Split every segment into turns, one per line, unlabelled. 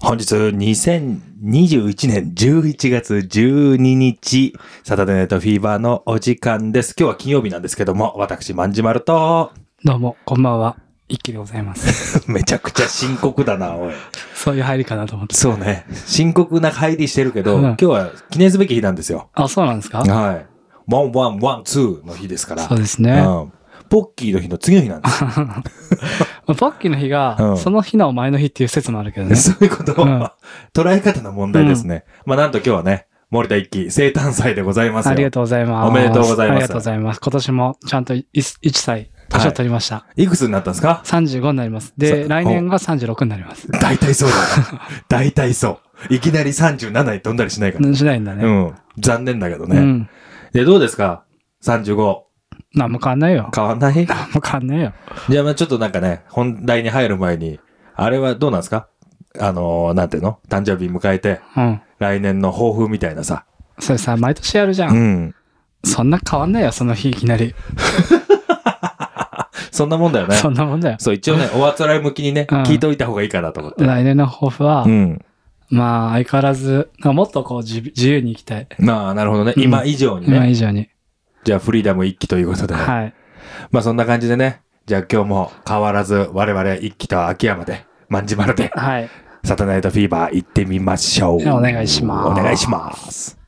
本日、2021年11月12日、サタデーネットフィーバーのお時間です。今日は金曜日なんですけども、私、まんじまると、
どうも、こんばんは。一気でございます。
めちゃくちゃ深刻だな、おい。
そういう入りかなと思って。
そうね。深刻な入りしてるけど、
うん
今日は記念すべき日なんですよ。
あ、そうなんですか
はい。ワンワンワンツーの日ですから。
そうですね。
うん。ポッキーの日の次の日なん ですよ。
まあポッキーの日
う
が、
ん
その日の前の日っていう説もあるけどね。
そういうこと、
うん
捉え方の問題ですね。まあなんと今日はね、森田一輝生誕祭でございますよ。
ありがとうございます。
おめでとうございます
ありがとうございます。今年もちゃんとい1歳、年を取りました。
いくつになったんですか
35になります。
そ
で、来年が36になります。
大体そうだな。大体そう。いきなり37に飛んだりしないから。
しないんだ
う
ね。
ん。残念だけど
う
ね。
ん。
で、どうですか ?35。
何も変わんないよ。
変わんない
何も変わんないよ。
じゃあ、まあちょっとなんかね、本題に入る前に、あれはどうなんですかあのー、なんていうの誕生日迎えて、
うん。
来年の抱負みたいなさ。
それさ、毎年やるじゃ。
うんん。
そんな変わんないよ、その日いきなり。
そんなもんだよね。
そんなもんだよ。
そう、一応ね、おあつらい向きにね、
うん
聞いといた方がいいかなと思って。
来年の抱負は、
うん。
まあ、相変わらず、なんかもっとこう自、自由に生きたい。
まあ、なるほどね。
うん
今以上に
今
ね。
以上に。
じゃあ、フリーダム一期ということで。
はい。
まあ、そんな感じでね。じゃあ、今日も変わらず、我々一期と秋山で、まんじまるで、
はい。
サタナイトフィーバー行ってみましょう。
お願いします
お願いします。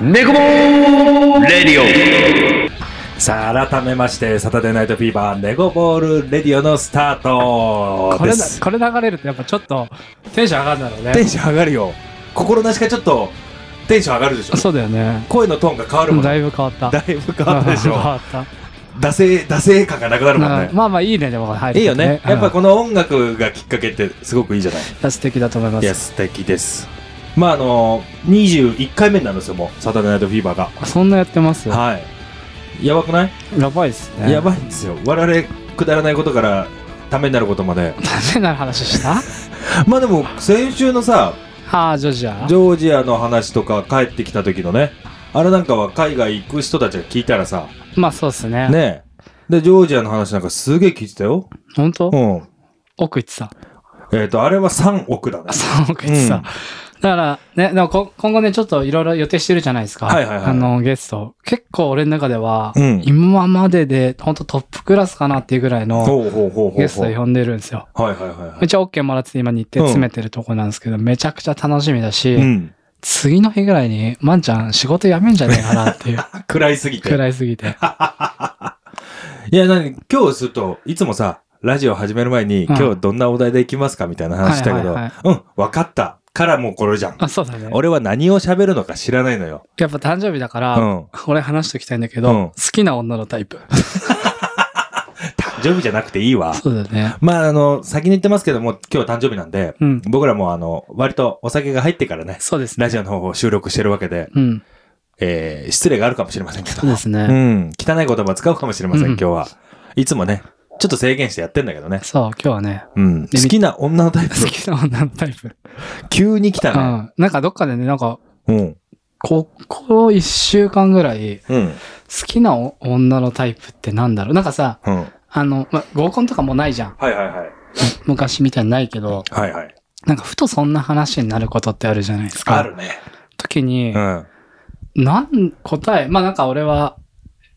猫ボーンレディオ
さあ、改めまして、サタデーナイトフィーバー、ネゴボールレディオのスタート
これ
で
な
す。
これ流れるとやっぱちょっとテンション上がるんだろうね
テ。ンション上がるよ。心なしかちょっと、テンション上がるでしょ。
そうだよね。
声のトーンが変わる
う
も
ん
んね
だいぶ変わった。
だいぶ変わったでし
変
ょ。
わった。
惰性、惰性感がなくなるもん
う
ね
ん。まあまあいいね、でも入る
いいよね。やっぱ
う
この音楽がきっかけってすごくいいじゃない
んいや素敵だと思いま
いや、
す。
素敵です。まあ、あの、21回目になるんですよ、もう。サタデーナイトフィーバー
そんなやってます
が。はい。やばくない、
やばいですね。
やばいんですよ。我々、くだらないことから、ためになることま で。
ダメな話した
まあでも、先週のさ、
ああ、ジョージア
ジ。ョージアの話とか、帰ってきた時のね、あれなんかは海外行く人たちが聞いたらさ、
まあそうですね。
ねで、ジョージアの話なんかすげえ聞いてたよ。
ほんと
うん。
奥行ってた。
えっ、と、あれは3億だね。
そう、奥行って
うん
た。だから、ね、でもこ今後ね、ちょっといろいろ予定してるじゃないですか。
はいはいはい
あの、ゲスト。結構俺の中では、
うん
今までで、本当トップクラスかなっていうぐらいの
ほうほうほうほうほう。
ゲスト呼んでるんですよ。
はいはいはい、はい。
一応 OK もらってて今日程詰めてるとこなんですけど、めちゃくちゃ楽しみだし、
うん。
次の日ぐらいに、まんちゃん仕事辞めんじゃねえかなっていう
食らいすぎて
く。らいす ぎて。
いや、なに、今日すると、いつもさ、ラジオ始める前に、
うん
今日どんなお題でいきますかみたいな話したけど、
はいはい
うん、わかった。からもうこれじゃん。
あ、そうだね。
俺は何を喋るのか知らないのよ。
やっぱ誕生日だか
う
ら、
ん。
俺話しておきたいんだけ
うん
ど、好きな女のタイプ。
誕生日じゃなくていいわ。
そうだね。
まあ、あの、先に言ってますけども、今日誕生日なんで、
うん。
僕らもあの、割とお酒が入ってからね、
そうですね。
ラジオの方を収録してるわけで、
うん。
えー、失礼があるかもしれませんけど
そう。です
う
ね。
ん。汚い言葉使うかもしれません、
うん
今日は。いつもね、ちょっと制限してやってんだけどね。
そう、今日はね、
うん。好きな女のタイプ、
好きな女のタイプ。
急に来
う
たね。
ん。なんかどっかでね、なんか、
うん。
ここ一週間ぐらい、
うん。
好きな女のタイプってなんだろうなんかさ、
うん。はい
あの、ま、合コンとかもうないじゃん。
はいはい。
昔みたいにないけど、
はいはい。
なんかふとそんな話になることってあるじゃないですか。
あ。るね。
時に
う、ん。
なん、答え、まあなんか俺は、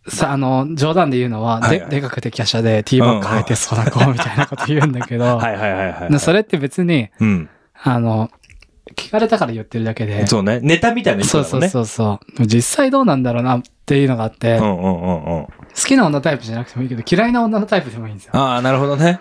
さ、あの、冗談で言うのは、
はいはい
で、でかくて華奢で、ティーバッグ履いてそうな子みたいなこと言うんだけど、
はいはいはいはい。
でそれって別に、
うん。
あの、聞かれたから言ってるだけで、
そうね。ネタみたいな
そ
人
う
だ
そ
もん
う
ね。
そうそう。実際どうなんだろうなっていうのがあって、
う
好
んうんうんうん。
きな女タイプじゃなくてもいいけど、嫌いな女のタイプでもいいんですよ。
ああ、なるほどね。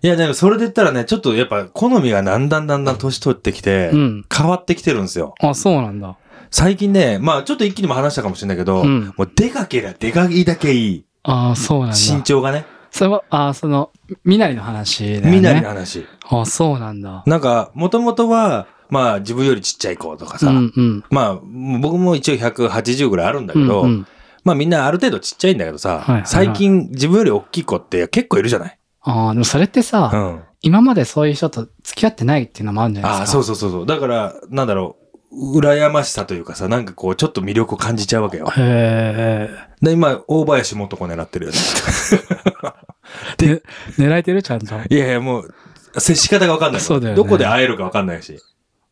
いや、でもそれで言ったらね、ちょっとやっぱ好みがだんだんだんだん年取ってきて、
うん。
変わってきてるんですよ。
あ、そうなんだ。
最近ね、まあちょっと一気にも話したかもしれないけど、
うん
もう出かけりゃ出かけだけいい。
ああ、そうなんだ。
身長がね。
それは、ああ、その、みなりの話だよね。
みなりの話。
ああ、そうなんだ。
なんか、もともとは、まあ自分よりちっちゃい子とか
う
さ、
んうん。
まあ僕も一応180ぐらいあるんだ
う
け
ん
ど、
うん。
まあみんなある程度ちっちゃいんだけどさ、
はいはいはい
最近自分より大きい子って結構いるじゃない。
ああ、でもそれって
う
さ、
ん。
今までそういう人と付き合ってないっていうのもあるんじゃないです
あ
か。
あ、そうそうそうそう。だから、なんだろう、羨ましさというかさ、なんかこう、ちょっと魅力を感じちゃうわけよ。
へ
で、今、大林素子狙ってるよね。
え。ね狙えてるちゃんと。
いやいや、もう、接し方がわかんないもん
そうだよね
どこで会えるかわかんないし。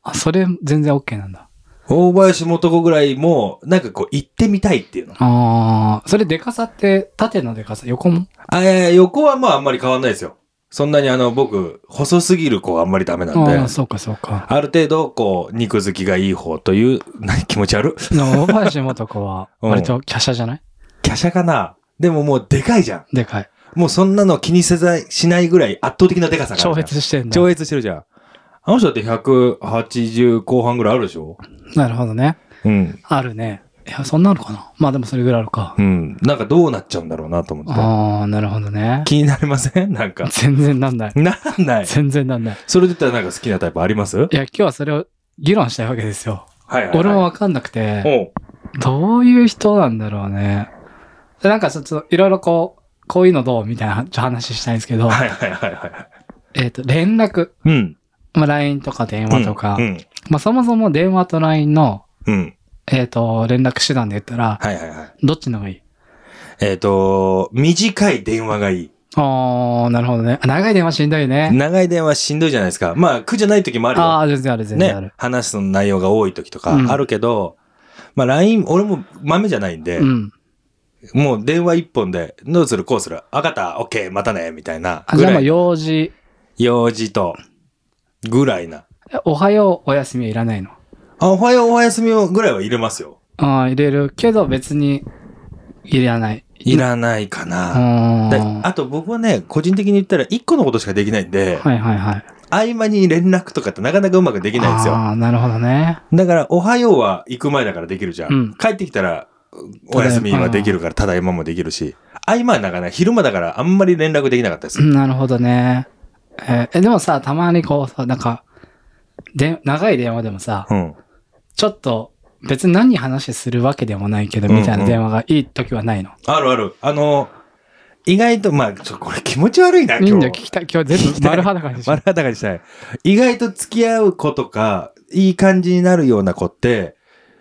あ、それ全然 OK なんだ。
大林素子ぐらいも、なんかこう、行ってみたいっていうの。
ああ、それでかさって、縦のでかさ、横も
あえー横はまあ、あんまり変わんないですよ。そんなにあの、僕、細すぎる子はあんまりダメなんで。
ああ、そうかそうか。
ある程度、こう、肉付きがいい方という、何気持ち悪
でも、大林素子は、
うん
割と華奢じゃない
キャシャかなでももうでかいじゃん。
でかい。
もうそんなの気にせざしないぐらい圧倒的なでかさがある
超
じゃん。
越してんだ。
超越してるじゃん。あの人だって180後半ぐらいあるでしょ
なるほどね。
うん。
あるね。いや、そんなあるかな。まあでもそれぐらいあるか。
うん。なんかどうなっちゃうんだろうなと思って。
ああ、なるほどね。。
気になりません なんか
全然なんない。
なんない。
全然なんない。
それで言ったらなんか好きなタイプありますはい
いや、今日はそれを議論したいわけですよ。
はい、はい。
俺もわかんなくて、
おう。
どういう人なんだろうね。でなんかちょっといろいろこう、こういうのどうみたいなちょっと話したいんですけど、
はいはいはいはいはい。
えっ、と、連絡。
うん。
まあ、LINE とか電話とか、
うん。
まあ、そもそも電話と LINE の、
うん。
えっ、と、連絡手段で言ったら、
はいはいはい。
どっちの方がいい
えっ、と、短い電話がいい。
あー、なるほどね。あ長い電話しんどいね。
長い電話しんどいじゃないですか。まあ、苦じゃない時もあるよ。
あー、全然ある、全然ある。
ね、話す内容が多い時と
うん
かあるけど、まあ LINE、俺も豆じゃないんで、
うん。
もう電話一本で、どうするこうする。あかった、オッケー、またね、みたいな
あ
ぐ
じゃあ、ま
ら
あ、
い。
用事、
用事と、ぐらいな。
えおはよう、お休みはいらないの。
あ、おはよう、おはやすみをぐらいは入れますよ。
あー、入れるけど、別に、いらない。
いらないか
う
な。で
ーん。は
あと僕はね、個人的に言ったら一個のことしかできないんで、
いはいはい。
合間に連絡とかってなかなかうまくできないんですよ。
あー、なるほどね。
だから、おはようは行く前だからできるじゃん。
うん
帰ってきたら、お休みはできるから、ただいまもできるし、合間はなかなか昼間だからあんまり連絡できなかったです
う。んなるほどね。えーえでもさ、たまにこうさ、なんか、で、長い電話でもさ、
うん。
ちょっと、別に何話するわけでもないけど、
うんうん
みたいな電話がいい時はないの。
あるある。あの、意外と、まあ、ちょ、これ気持ち悪いな、
みん
今
な
日。
聞きたい。今日全部丸裸にし
丸
よ
裸にしたい。意外と付き合う子とか、いい感じになるような子って、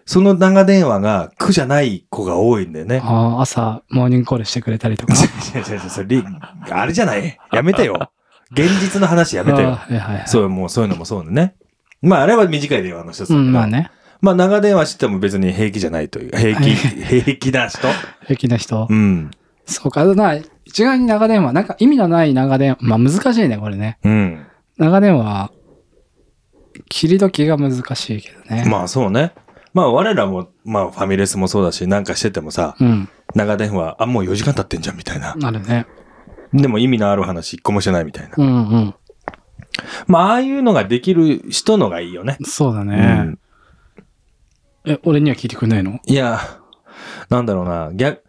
その長電話が苦じゃない子が多いんだよ ね。
あー朝、モーニングコールしてくれたり とか。
違う違う違うそれりあれじゃない。やめてよ。現実の話やめて
あー
よ。
はいはいはい。
そう、もうそういうのもそうだね。まあ、あれは短い電話の一つだ
う
けど
ん、まあね。
まあ、長電話しても別に平気じゃないという。平気、平気な人。
平気な人。
うん。
そうか、あとな、一概に長電話、なんか意味のない長電話、まあ難しいね、これね。
うん。
長電話、切り時が難しいけどね。
まあ、そうね。まあ、我らも、まあ、ファミレスもそうだし、なんかしててもさ、
うん、
長電話、あ、もう4時間経ってんじゃん、みたいな。
なるね。
でも意味のある話、一個もしてないみたいな。
うんうん。
まあ、ああいうのができる人のがいいよね。
そうだね。
うん。
え、俺には聞いてくんないの
いや、なんだろうな、逆、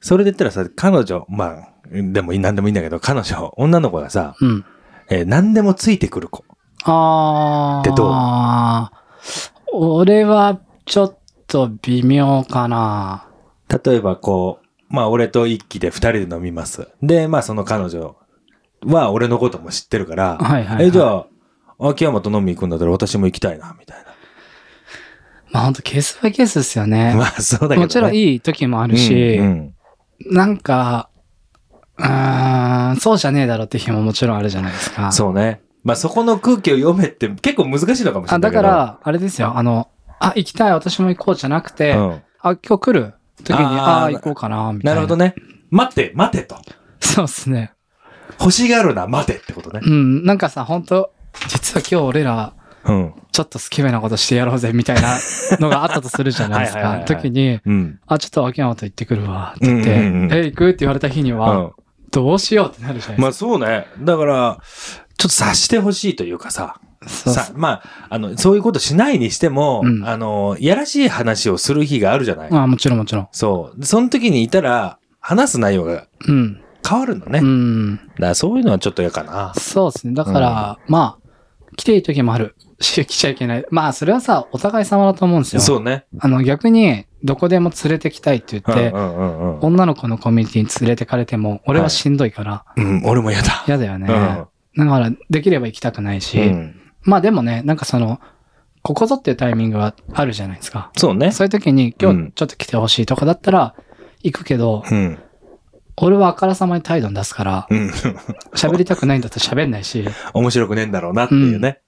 それで言ったらさ、彼女、まあ、でもいい、なんでもいいんだけど、彼女、女の子がさ、
うん。
えー何でもついてくる子。
あー。
でどう
俺は、ちょっと微妙かな。
例えばこう、まあ俺と一気で二人で飲みます。で、まあその彼女は俺のことも知ってるから、
はいはいはい
え、じゃあ、秋山と飲み行くんだったら私も行きたいな、みたい
まあほんとケースバイケースですよね。
な。まあそうだけど、ね。
もちろん
い
いい時もあるし、
うん
なんか、うーん、そうじゃねえだろって日ももちろんあるじゃないです
う
か。
んそうね。まあそこの空気を読めって結構難しいのかもしれな
あ
い
だ
けど。
から、あれですよ、あの、あ、行きたい、私も行こうじゃなくて、
うん
あ、今日来る時に、あ
あー
あー、行こうかな、み
な
たいな。
るほどね。待って、待てと。
そうですね。
欲しがるな、待てってことね。
うん、なんかさ、本当実は今日俺ら、
うん。
ちょっとスケベなことしてやろうぜ、みたいなのがあったとするじゃないです
はいはい
か
は。いはい
時に、
うん。
あ、ちょっと秋山と行ってくるわ、って言って、
うんうんうん
え、行くって言われた日に
う
は、
ん。
どうしようってなるじゃない
ま
で
あそうね。だから、ちょっと察してほしいというかさ。
すか。そう
さまあ、あの、そういうことしないにしても、
うん
あの、やらしい話をする日があるじゃない。
まあ、もちろんもちろん。
そう。でその時にいたら、話す内容が
うん。
変わるのね。だ
う
か
ん。
らそういうのはちょっと嫌かな。
そうですね。だから、まあ、来ていい時もある し、来ちゃいけない。まあ、それはさ、お互い様だと思うんですよ。
そうね。
あの、逆に、どこでも連れてきたいって
う
言
ん
っ
う
て、
んうんうん。
女の子のコミュニティに連れてかれても、俺はしんどいから、
うん、俺も嫌だ。
嫌だよね。
うん。
だから、できれば行きたくないし、
うん
まあでもね、なんかその、ここぞっていうタイミングはあるじゃないですか。
そうね。
そういう時に、今
うん
日ちょっと来てほしいとかだったら、行くけど、
うん。
俺はあからさまに態度に出すから、
うん。
喋りたくないんだったら喋んないし、
面白くねえんだろうなっていうね。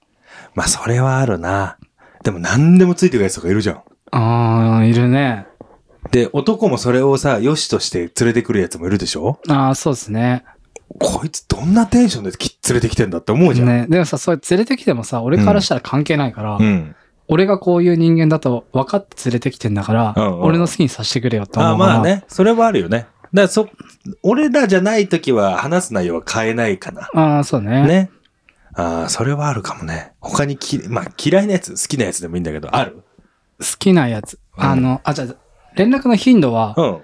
まあ、それはあるな。でも何でもついてくるやつとかいるじゃん。
ああ、いるね。
で、男もそれをさ、良しとして連れてくるやつもいるでしょ
ああ、そうですね。
こいつどんなテンションでき連れてきてんだって思うじゃん。
ね。でもさ、それ連れてきてもさ、俺からしたら関係ないから、
うん。
俺がこういう人間だと分かって連れてきてんだから、
うんうん
俺の好きにさせてくれよと思
あ
うから。
まあね。それはあるよね。だからそ、俺らじゃない時は話す内容は変えないかな。
ああ、そうね。
ね。ああ、それはあるかもね。他にき、まあ嫌いなやつ、好きなやつでもいいんだけど、ある
好きなやつ。あの、あ、じゃあ連絡の頻度は
うん。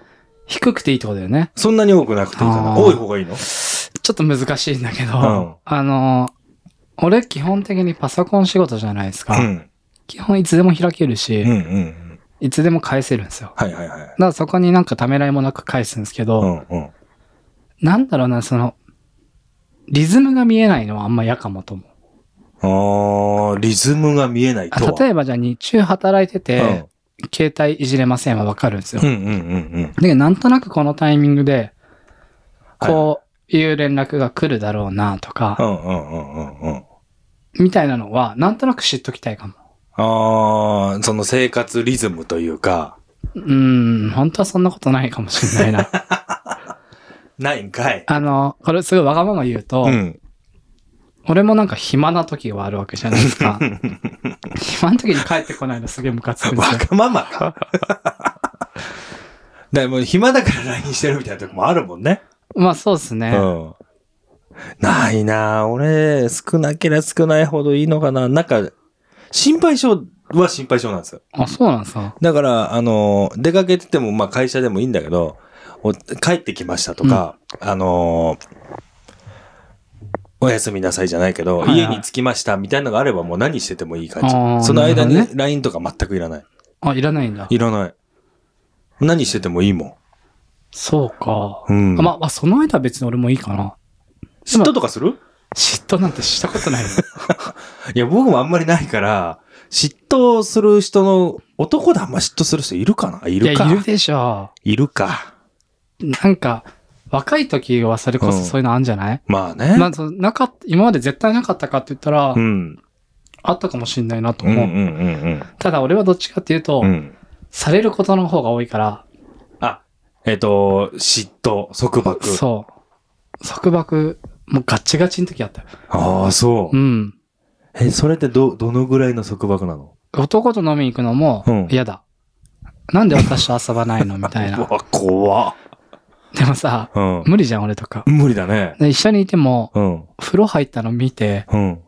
低くていいってことだよね。
そんなに多くなくていいかな。
あー
多い方がいいの
ちょっと難しいんだけど、
うん
あの、俺基本的にパソコン仕事じゃないですか。
うん。
基本いつでも開けるし、
うんうんうん。
いつでも返せるんですよ。だか
はいはいはい。
らそこになんかためらいもなく返すんですけど、
うんうん。
なんだろうな、その、リズムが見えないのはあんま嫌かもと思う。
あーリズムが見えない
あ
とは。
例えばじゃあ日中働いてて、携帯いじれませんはわかるんですよ。
うん、うんうんうんうん。
で、なんとなくこのタイミングで、
はい
こういう連絡が来るだろうなと
う
か、
んうんうんうんうん。
みたいなのは、なんとなく知っときたいかも。
ああ、その生活リズムというか、
うーん、本当はそんなことないかもしれ ないな。
ないんかい。
あの、これすごいわがまま言うと、
うん。
俺もなんか暇な時はあるわけじゃないで すか。暇な時に帰ってこないのすげえムカつくんで
わ
すよ。
がまま か。だからもう暇だから LINE してるみたいなとこもあるもんね。
まあそうですね。
うん。ないなぁ俺、少なければ少ないほどいいのかな。なんか、心配性は心配性なんですよ。
あ、そうなんですか。
だから、あの、出かけてても、まあ、会社でもいいんだけど、お帰ってきましたとか、あの、おやすみなさいじゃないけど、
はいはい
家に着きましたみたいなのがあればもう何しててもいい感じ
あ。ー
その間に、
な
ね
るほ
LINE とか全くいらない。
あ、いらないんだ。
いらない。何しててもいいも
そうか。
ん。うん。
あまあ、まあ、その間は別に俺もいいかな。
嫉妬とかする
嫉妬なんてしたことないよ。
いや、僕もあんまりないから、嫉妬する人の、男であんま嫉妬する人いるか ない
い
るか
や、いるでしょ。
いるか。
なんか、若い時はそれこそそういうのあんじゃない、
まあね。
まあ、そのなかっ今まで絶対なかったかって言ったら、
うん。
あったかもしんないなと
うんう
思
ん
う。
うん
ただ俺はどっちかっていうと、
うん。うん。
されることの方が多いから、
あ、えっ、と、嫉妬、束縛。
そう。束縛、もうガッチガチの時あったよ。
ああ、そう。
うん。
え、それってど、どのぐらいの束縛なの
男と飲みに行くの
うん
も嫌だ。なんで私と遊ばないのみたいう な。
わ、怖っ
でもさ、
うん。
無理じゃん俺とか。
無理だね。
で一緒にいても、
うん。
風呂入ったの見て、
うん。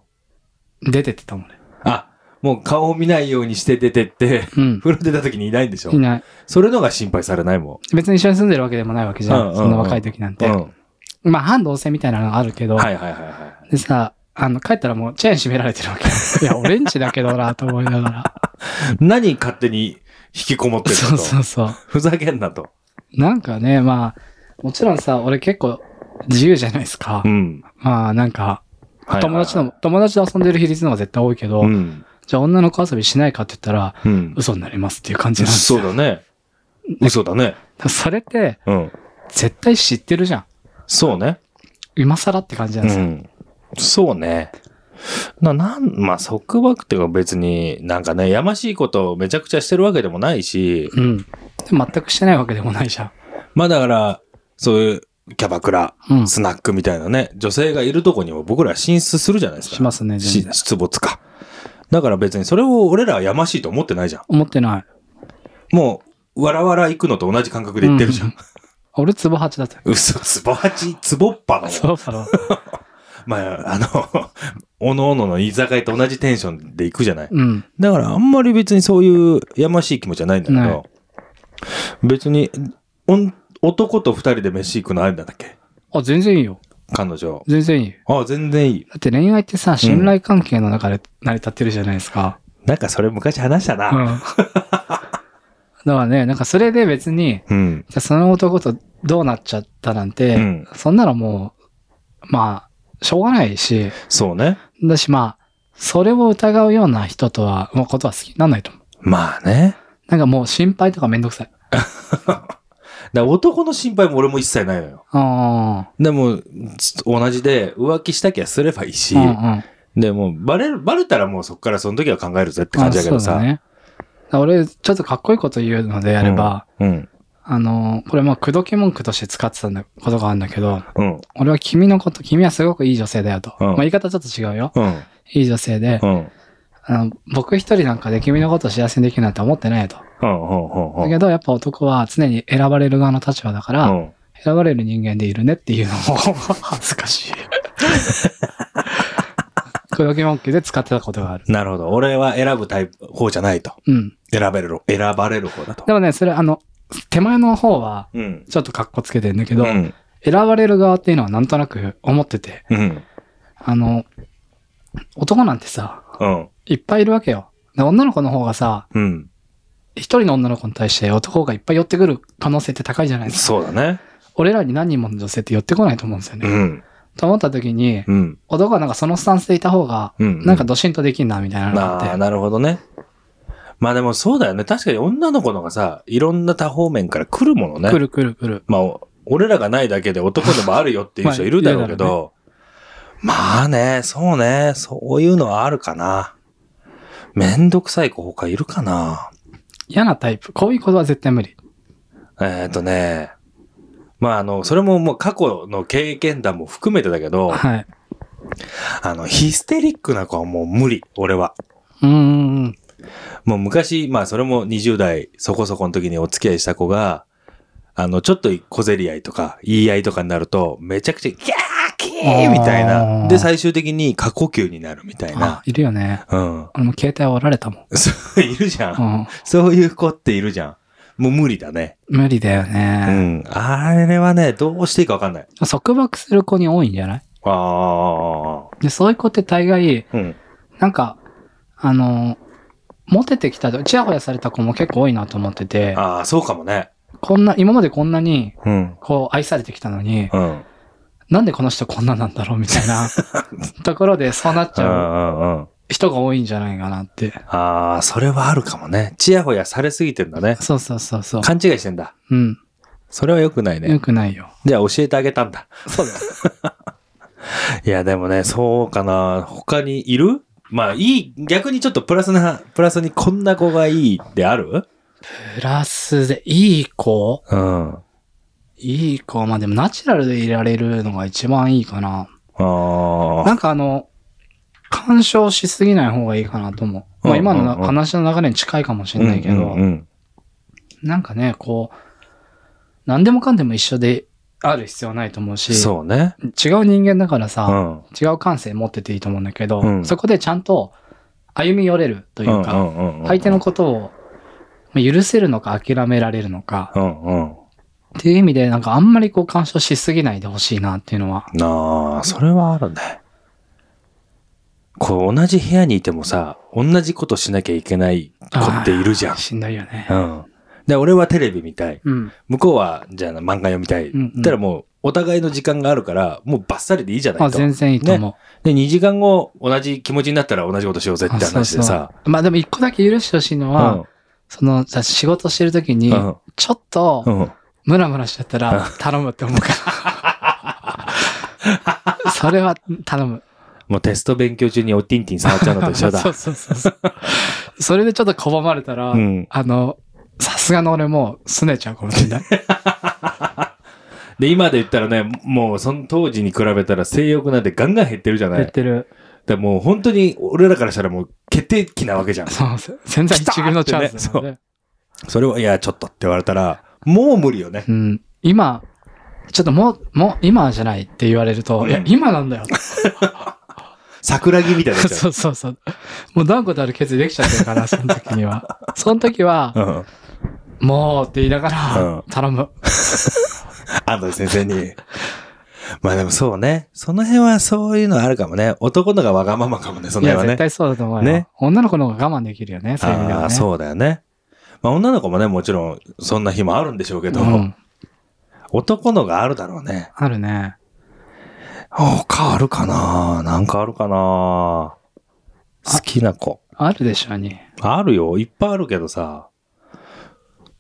出てってたもんね。
あ、もう顔を見ないようにして出てって、
うん。
風呂出た時にいないんでしょ
いない。
それのが心配されないも
別に一緒に住んでるわけでもないわけじゃん。
うん
そんな若い時なん
ん。
て。
うん。
まあ、半同棲みたいなのがあるけど、
はいはいはいはい。
でさ、あの、帰ったらもうチェーン閉められて るわけ。いや、オレンジだけどな、と思いながら。
何勝手に引きこもってるんだ
そ
と。
うそうそう。
ふざけんなと。
なんかね、まあ、もちろんさ、俺結構自由じゃないですか。
ん。
まあ、なんか、
はいはいはい
友達の、友達で遊んでる比率の方が絶対多いけど、
うん。
じゃあ女の子遊びしないかって言ったら、
うん。
嘘になりますっていう感じなんです
そう
よ。
だね。嘘だね。
それって、
うん。
絶対知ってるじゃん。
そうね。
今更って感じなんですよ。
うん、そうね。な、なん、まあ、束縛っていうか別になんかね、やましいことをめちゃくちゃしてるわけでもないし、
うん。でも全くしてないわけでもないじゃん。
まあだから、そういうキャバクラ、
うん。
スナックみたいなね、女性がいるとこにも僕ら進出するじゃないですか。
しますね、
し
全然。
出没か。だから別にそれを俺らはやましいと思ってないじゃん。
思ってない。
もう、わらわら行くのと同じ感覚で行ってるじゃん。
う俺、ツボ八だったよ。
嘘、つぼはち、つぼっぱの。
そうだろう。
まあ、あの、 おのおのの居酒屋と同じテンションで行くじゃない。
うん。
だからあんまり別にそういうやましい気持ちはないんだけ
ない
ど、別におん男と二人で飯行くのありなんだっけ
あ、全然いいよ。
彼女。
全然いいよ。
ああ、全然いい。
だって恋愛ってさ、信頼関係の中で成り立ってるじゃないですか。
なんかそれ昔話した
うん。
な。
だからね、なんかそれで別に、
うん。
じゃあその男とどうなっちゃったなんて、
うん
そんなのもう、まあ、しょうがないし、
そうね。
だしまあ、それを疑うような人とは、もうことは好きにならないと思う。
まあね。
なんかもう心配とかめんどくさい。
だから男の心配も俺も一切ないのよ。
あ
でも、つ同じで浮気したきゃすればいいし、
ーうんうん。
でもうバレる、バレたらもうそっからその時は考えるぜって感じだけど
あ
さ。
そうだね。だから俺、ちょっとかっこいいこと言うのであれば、
うん。
あの、これまあ、口説き文句として使ってたんだことがあるんだけど、
うん。
俺は君のこと、君はすごくいい女性だよと。
うん
まあ、言い方ちょっと違うよ。
うん。
いい女性で、
うん。うん。
あの僕一人なんかで君のことを幸せにできるなんて思ってないよと。
うん。うん。う
だ
ん。
けど、やっぱ男は常に選ばれる側の立場だから、
うん。
選ばれる人間でいるねっていうのも 恥ず かしい。口説き文句で使ってたことがある。
なるほど。俺は選ぶタイプ、方じゃないと。
うん。
選べる、選ばれる方だと
で。もね、それあの、手前の方は、
うん。
ちょっと格好つけてんだけ
う
ど、
ん。
選ばれる側っていうのはなんとなく思ってて、
うん。
あの、男なんてさ、
うん。
いっぱいいるわけよ。で女の子の方がさ、
うん。
一人の女の子に対して男がいっぱい寄ってくる可能性って高いじゃないですか。
そうだね。
俺らに何人もの女性って寄ってこないと思うんですよ
う
ね。
ん。
と思った時に、
うん。
男はなんかそのスタンスでいた方が、
うん。
なんか、ドシンとできんな、みたいなのがあ
あ
っ
あ、
て。
なるほどね。まあでもそうだよね。確かに女の子の方がさ、いろんな多方面から来るものね。
くるくるくる。
まあ、お俺らがないだけで男でもあるよっていう人
まあ
いるだろうけ
いるだ
ど、 まあね、そうね、そういうのはあるかな。めんどくさい子他いるかな。
嫌なタイプ。こういうことは絶対無理。
えっ、とね、まああの、それももう過去の経験談も含めてだけど、
はい。
あの、ヒステリックな子はもう無理、俺は。
うーん。
もう昔、まあそれも20代そこそこの時にお付き合いした子が、あの、ちょっと小競り合いとか、言い合いとかになると、めちゃくちゃ、ギャーキーみたい
あ
な。
ー
で、最終的に過呼吸になるみたい
あ
な、。
いるよね。
うん。
俺も携帯折られたもん。
そう、いるじゃ。
うんん。
そういう子っているじゃん。もう無理だね。
無理だよ
う
ね。
ん。あれはね、どうしていいかわかんない。
束縛する子に多いんじゃない
ああ。
で、そういう子って大概、
うん。
なんか、あの、モテてきたと、ちやほやされた子も結構多いなと思ってて、
ああ、そうかもね。
こんな、今までこんなに、
うん。
こう愛されてきたのに、
うん。うん
なんでこの人こんななんだろうみた いなところでそうなっち
う
ゃうん
うん。
人が多いんじゃないかなって。
ああ、それはあるかもね。ちやほやされすぎてんだね。
そうそうそうそう。
勘違いしてんだ。
うん。
それは良くないね。
よくないよ。
じゃあ教えてあげたんだ。
そうだ
いや、でもね、そうかな。他にいるまあ、いい、逆にちょっとプラスな、プラスにこんな子がいいってある
プラスで、いい子
うん。あ
いい子まあでもナチュラルでいられるのが一番いいかな。
あ。
なんかあの、干渉しすぎない方がいいかなと思う。まあ今の
うんうんう
なん話の流れに近いかもしれないけ
う
ど、
んうんうん
なんかね、こう、何でもかんでも一緒である必要はないと思うし、
そうね。
違う人間だから
う
さ、
ん。
違う感性持ってていいと思うんだけど、
うん
そこでちゃんと歩み寄れるというか、
うんうんうんうん
相手のことをまあ許せるのか諦められるのか、
うんうん。
っていう意味でなんかあんまりこう干渉しすぎないでほしいなっていうのは。
なあ、それはあるね。こう、同じ部屋にいてもさ、同じことしなきゃいけない子っているじゃん。
しんどいよね
う。ん。で、俺はテレビ見たい。
うん。
向こうは、じゃあ漫画読みたい。
うんうん
だったらもう、お互いの時間があるから、もうバッサリでいいじゃな
あ
いと。
全然いいと思う。
で、2時間後、同じ気持ちになったら同じことしようぜって話でさ。
まあでも一個だけ許してほしいの
う
は、
ん
その、じゃあ仕事してる時に、
うん
ちょっと
う、ん。
ムラムラしちゃったら頼むって思う から。それは頼む。
もうテスト勉強中におティンティン触っちゃうのと一緒だ
そ。うそうそうそう。それでちょっと拒まれたら、
うん
あの、さすがの俺もう拗ねちゃうかもし れない。
で、今で言ったらね、もうその当時に比べたら性欲なんてガンガン減ってるじゃない。
言っ
だか
てる。
らもう本当に俺らからしたらもう決定機なわけじゃん。
そう、潜在一遇のチャンスなので、
それは、いや、ちょっとって言われたら、もう無理よね。
うん。今、ちょっともう、もう、今じゃないって言われると、
うん
いや、今なんだよ。
桜木みたいになっちゃ
そうそうそう。もう断固たる決意できちゃってるから、その時 には。その時は、
う。うん。
もうって言いなが
うん
ら、頼む。
安藤先生に。まあでもそうね。その辺はそういうのあるかもね。男のがわがままかもね、そ
い
の
や、
辺はね
絶。対そうだと思うよ。
ね
女の子の方が我慢できるよね、そういう意味では、ね。
ああ、そうだよね。まあ女の子もね、もちろんそんな日もあるんでしょうけど、
うん。
男のがあるだろうね。
あるね。
他あるかななんかあるかな好きな子。
あるでしょうに。
あるよ。いっぱいあるけどさ。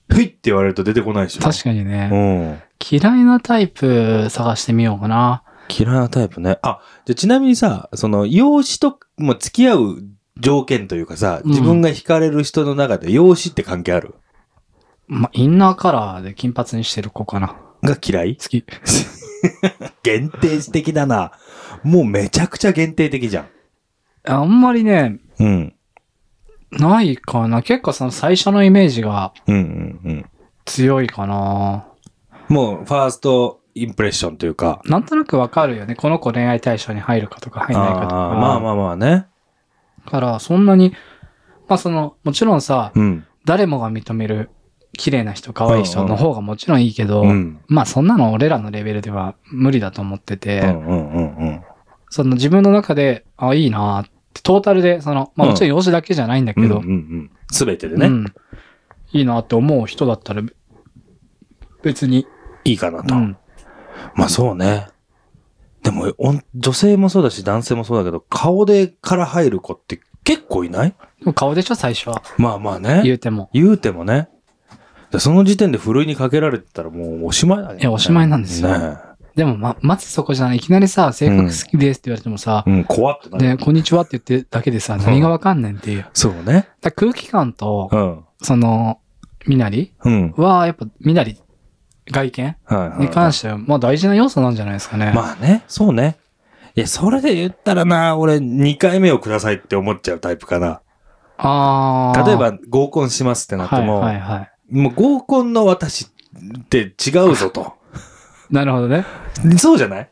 ふいって言われると出てこないでしょ。
確かにね。
うん。
嫌いなタイプ探してみようかな。
嫌いなタイプね。あ、じゃあちなみにさ、その、容姿と、もう付き合う条件というかさ、
うん
自分が惹かれる人の中で容姿って関係ある
まあ、インナーカラーで金髪にしてる子かな。
が嫌い
好き。
限定的だな。もうめちゃくちゃ限定的じゃん。
あんまりね、
うん。
ないかな。結構その最初のイメージが
うんうん
強いかな。
うん。もう、ファーストインプレッションというか。
なんとなくわかるよね。この子恋愛対象に入るかとか入んないかとか。
あーまあまあまあね。
だから、そんなに、まあその、もちろんさ、
うん。
誰もが認める綺麗な人、可愛い人の方がもちろんいいけど、
うん。
まあそんなの俺らのレベルでは無理だと思ってて、
うんうんうんうん。
その自分の中で、あ、いいなって、トータルで、その、まあ
うん
もちろん容姿だけじゃないんだけど、
うんうんうん。すべてで
う
ね、
んいいなって思う人だったら、別に、
いいかな
う
と。
ん、
まあそうね。でも、おん女性もそうだし、男性もそうだけど、顔でから入る子って結構いない
でも顔でしょ、最初は。
まあまあ
言う
ね。
ても。
言うてもね。でその時点でふるいにかけられてたらもうおしまいだね。
えおしまいなんですよ
ね
でも、ま、まずそこじゃない。いきなりさ、性格好きですって言われてもさ、
うん、怖ってなる。
で、こんにちはって言ってるだけでさ、
ん
何がわかんねんっていう。だか
そうね。
ら空気感と
う、ん。
その、みなり
うん。
は、やっぱ、みなり、外見
はいはい。
に関
し
しては、まあ大事な要素なんじゃないですかね。
まあね、そうね。いや、それで言ったらな、俺、2回目をくださいって思っちゃうタイプかな。
あー
例え、ば、合コンしますってなっても、
はいはいはい。
もう合コンの私って違うぞと。
なるほどね。
そうじゃない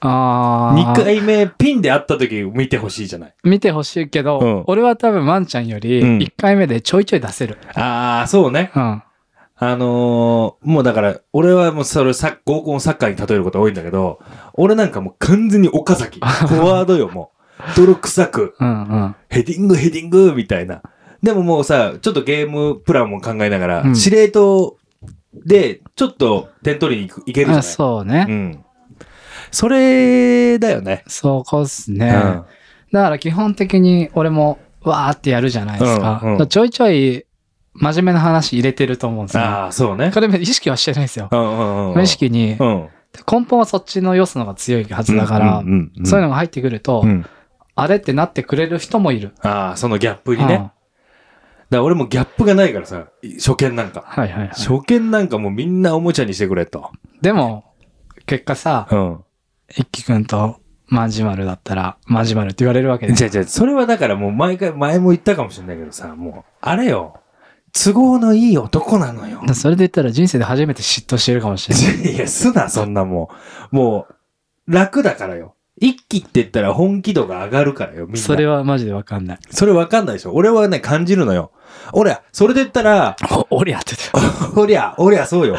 ああ。
二回目ピンで会った時見てほしいじゃない。
見てほしいけど、
うん
俺は多分ワンちゃんより
うん
1回目でちょいちょい出せる。
ああ、そうね。
うん。
あのーもうだから、俺はもうそれさ、合コンをサッカーに例えることが多いんだけど、俺なんかもう完全に岡 崎。フォワードよ、もう。泥臭く、
うんうん。
ヘディング、ヘディング、みたいな。でももうさ、ちょっとゲームプランも考えながら、
うん
司令塔で、ちょっと点取りに行く行けるじゃな
あ
い
そうね。
うん。それだよね。
そこっすね。
うん。
だから基本的に俺もわーってやるじゃないですか。
うんうん
だからちょいちょい真面目な話入れてると思うんですよ。
ああ、そうね。
これ意識はしてないですよ。
うんうんうん。
無意識に、
うん。
根本はそっちの要素の方が強いはずだから、
うんうんうん
そういうのが入ってくると、
うん
あれってなってくれる人もいる。
ああ、そのギャップにね。
う
だ
ん
から俺もギャップがないからさ、初見なんか。
はいはいはい。
初見なんかもうみんなおもちゃにしてくれと。
でも、結果さ、
うん。
一輝くんとマジマルだったら、マジマルって言われるわけで
じゃじゃそれはだからもう毎回、前も言ったかもしれないけどさ、もう、あれよ。都合のいい男なのよ
だか。らそれで言ったら人生で初めて嫉妬してるかもしれない。
いや、すな、そんなもう。もう、楽だからよ。一気って言ったら本気度が上がるからよ、みんな。
それはマジでわかんない。
それわかんないでしょ。俺はね、感じるのよ。俺、それで言ったら、
お、俺やってたよ。
おりゃ、おりゃ、そうよ。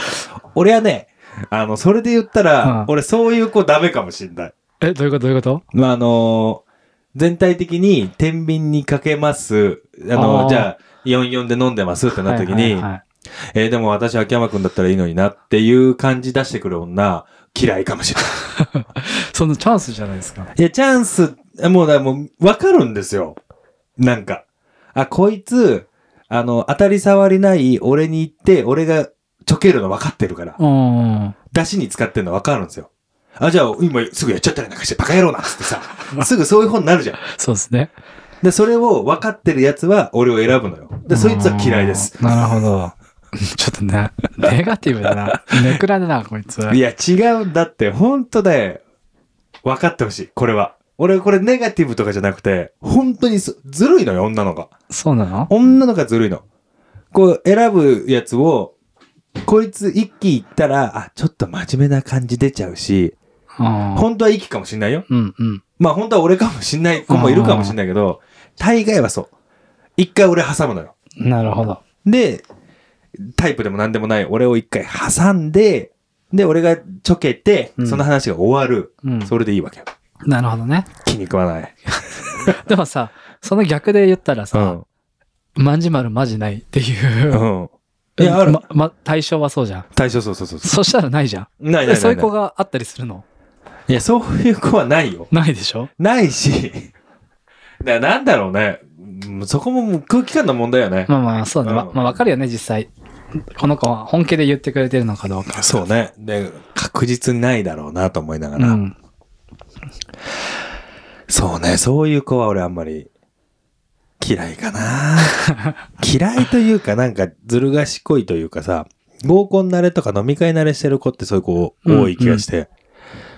俺はね、あの、それで言ったら、
うん
俺そういう子ダメかもしんない。
え、どういうことどういうこと
まあ、あのー全体的に、天秤にかけます。あの
あー
じゃあ、44で飲んでますってなった時に、
はいはいはい
えーでも私、秋山くんだったらいいのになっていう感じ出してくる女、嫌いかもしれない。
そのチャンスじゃないですか。
いや、チャンス、もうだ、もう、わかるんですよ。なんか。あ、こいつ、あの、当たり障りない俺に言って、俺がちょけるの分かってるから。
うん。
出汁に使ってんの分かるんですよ。あ、じゃあ、今すぐやっちゃったりなんかして、バカ野郎なっつってさ、すぐそういう本になるじゃん。
そうですね。
で、それを分かってるやつは俺を選ぶのよ。で、そいつは嫌いです。
うん。なるほど。ちょっとね、ネガティブだな。ネクラだな、こいつ。
いや、違うんだって、ほんとね、分かってほしい、これは。俺、これネガティブとかじゃなくて、本当にそずるいのよ、女の子が。
そうなの
女の子がずるいの。こう、選ぶやつを、こいつ一気行ったら、あ、ちょっと真面目な感じ出ちゃうし、
うん。
本当は一気かもしんないよ。
うんうん。
まあ本当は俺かもしんない子もいるかもしんないけど、大概はそう。一回俺挟むのよ。
なるほど。
で、タイプでも何でもない俺を一回挟んで、で、俺がちょけて
う、ん
その話が終わる。
うん
それでいいわけよ。
なるほどね。
気に食わない。
でもさ、その逆で言ったら
う
さ、
ん。
まんじまるマジないっていう。
うん。いや、ある
ま。、ま、対象はそうじゃん。
対象そうそうそうそ
そしたらないじゃん。
う。ないないないない。
そういう子があったりするの
いや、そういう子はないよ。
ないでしょ
ないし、 だなんだろうね。うんそこももう空気感の問題よね。
まあまあ、そうだね。
うん
ままあ、わかるよね、実際。この子は本気で言ってくれてるのかどうか。
そうね。で、確実にないだろうなと思いなが
う
ら。
ん。
そうね、そういう子は俺あんまり嫌いか な。嫌いというかなんかずる賢いというかさ、合コン慣れとか飲み会慣れしてる子ってそういう子多い気がして、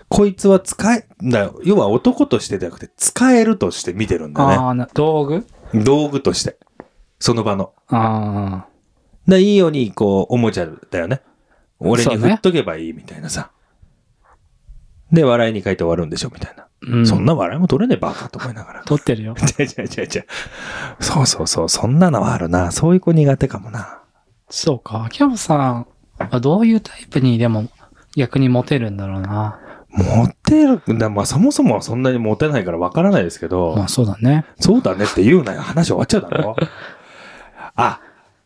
こいつは使え、だ要は男としてじゃなくて使えるとして見てるんだ
ああ、な道具
ね。道具として。その場の。
ああ。
だいいようにこう、おもちゃだよね。俺に
そうね
振っとけばいいみたいなさ。で、笑いに書いて終わるんでしょみたいな。
うん。
そん。な笑いも取れねえバカと思いながら。
取ってるよ。
違う違う違う違う。そうそうそう、そんなのはあるな。そういう子苦手かもな。
そうか。秋山さんはどういうタイプにでも逆にモテるんだろうな。
モテる、だまあそもそもそんなにモテないからわからないですけど、
まあそうだね。
そうだねって言うなよ。話終わっちゃうだ ろ。あ、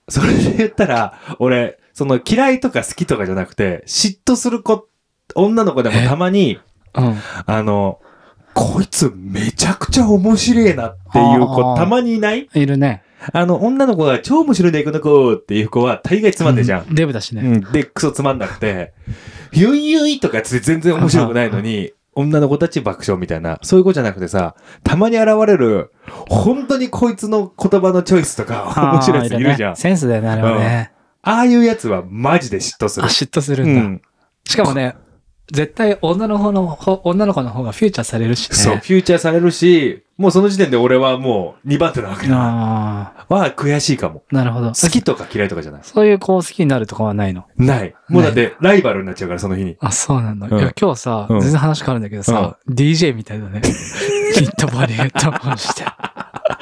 それで言ったら、俺、その嫌いとか好きとかじゃなくて、嫉妬する子、女の子でもたまに、
うん。
あの、こいつめちゃくちゃ面白えなっていう
あ
子
ー
たまにいない
いるね。
あの、女の子が超面白いでこの子っていう子は大概つまんでじゃん
う。デブだしね。
うん、で、クソつまんなくて、ゆいゆいとかつって全然面白くないのに、女の子たち爆笑みたいな、そういう子じゃなくてさ、たまに現れる、本当にこいつの言葉のチョイスとか、面白いやついるじゃん。
あーねセンスだよね、あれはね。
ああいうやつはマジで嫉妬す
あ、
る。
嫉妬する
うん
だ。
ん。
しかもね、絶対女の子の方、女の子の方がフューチャーされるしね。
そう、フューチャーされるし、もうその時点で俺はもう2番手なわけだ。は
ああ、
悔しいかも。
なるほど。
好きとか嫌いとかじゃない。
そういう子を好きになるとかはないの。
ない。もうだってライバルになっちゃうから、その日に。
あ、そうなんだ。
うん
いや、今日さ、
うん
全然話変わるんだけどさ、DJ みたいだ ね。ヒットバリエットンして。
あ、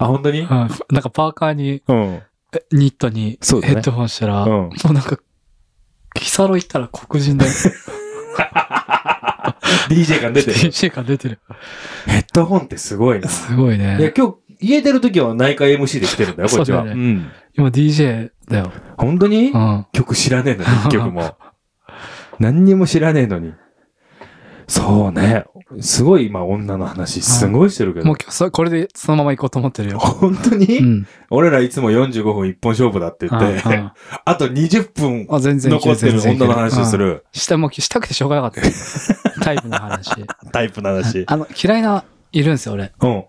本当に
うん、なんかパーカーに、
うん。
えニットにヘ
そうだね
ッドホンしたら、
うん
もうなんか、キサロ行ったら黒人で
DJ が出 てる。
DJ が出てる。
ヘッドホンってすごいな。
すごい
いや
ね。、
今日、家出るときは内科 MC で来てるんだ よ、こっちは。
そうだよ
ん。
今 DJ だよ。
本当に、
うん。
曲知らねえのに、 一曲も。何にも知らねえのに。そうね。すごい今、女の話、すごいしてるけど。
もう今日さ、これでそのまま行こうと思ってるよ。
本当に、
うん。
俺らいつも45分一本勝負だって言って、
うんうん
あと20分
あ、全然いけ
残ってる
全然いけ
女の話をす
うん
る
したもうしたくてしょうがなかった。 タイプの話。
タイプの話。
あの、嫌いな、いるんですよ、俺。
うん、うん、う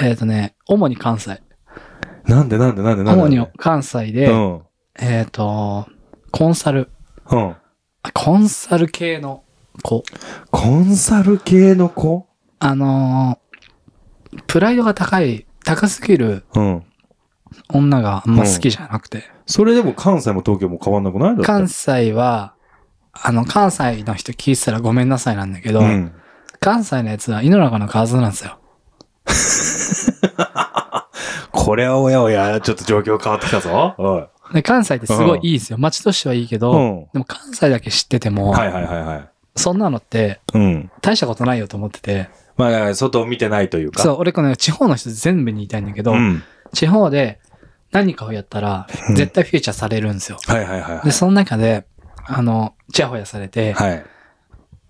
えっ、とね、主に関西。
ん。なんでなんでなんでなんで
主に関西で、
うん。
えっ、と、コンサル。
うん。
あコンサル系の子。
コンサル系の子
あのープライドが高い、高すぎる
うん。
女があんま好きじゃなくて。
それでも関西も東京も変わんなくないだって
関西は、あの、関西の人聞いてたらごめんなさいなんだけど、
うん。
関西のやつは井の中の数なんですよ。
これはおやおや、ちょっと状況変わってきたぞ。おい。
で関西ってすごいいいですよ。街としてはいいけど、
うん
でも関西だけ知ってても、
はいはいはいはい。
そんなのって
うん。
大したことないよと思ってて、
まあだから、外を見てないというか。
そう、俺この地方の人全部に言いたいんだけど、
うん。
地方で何かをやったら絶対フューチャーされるんですよ。
はいはいはいは
で、
い。
その中で、あの、ちやほやされて、
はい。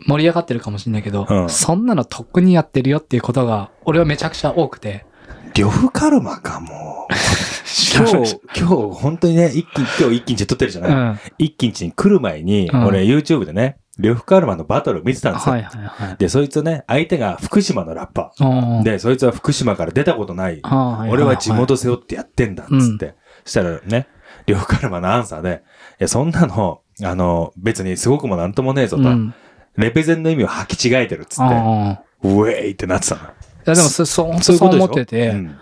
盛り上がってるかもしれないけど、
うん
そんなのとっくにやってるよっていうことが、俺はめちゃくちゃ多くて。
呂布カルマかも。今日、 今日、本当にね、一気に、今日一気に撮ってるじゃ
うん。
ない、
はい
一気に来る前に、
うん
俺 YouTube でね、呂布カルマのバトル見てたんですよ。
はいはい。
で、そいつね、相手が福島のラッパ
お
ー。
ー
で、そいつは福島から出たことない。
あーはいはいい
俺は地元背負ってやってんだ、つって。したらね、呂布カルマのアンサーで、いや、そんなの、あの、別にすごくもなんともねえぞ
う
と。
ん。
レペゼンの意味を履き違えてるっつって、ウ
あ
ェーイってなってたの。
ーいやでもそ、そう、本
そ
当
ういう
そ
こ
う
とでしょ
思ってて、
うん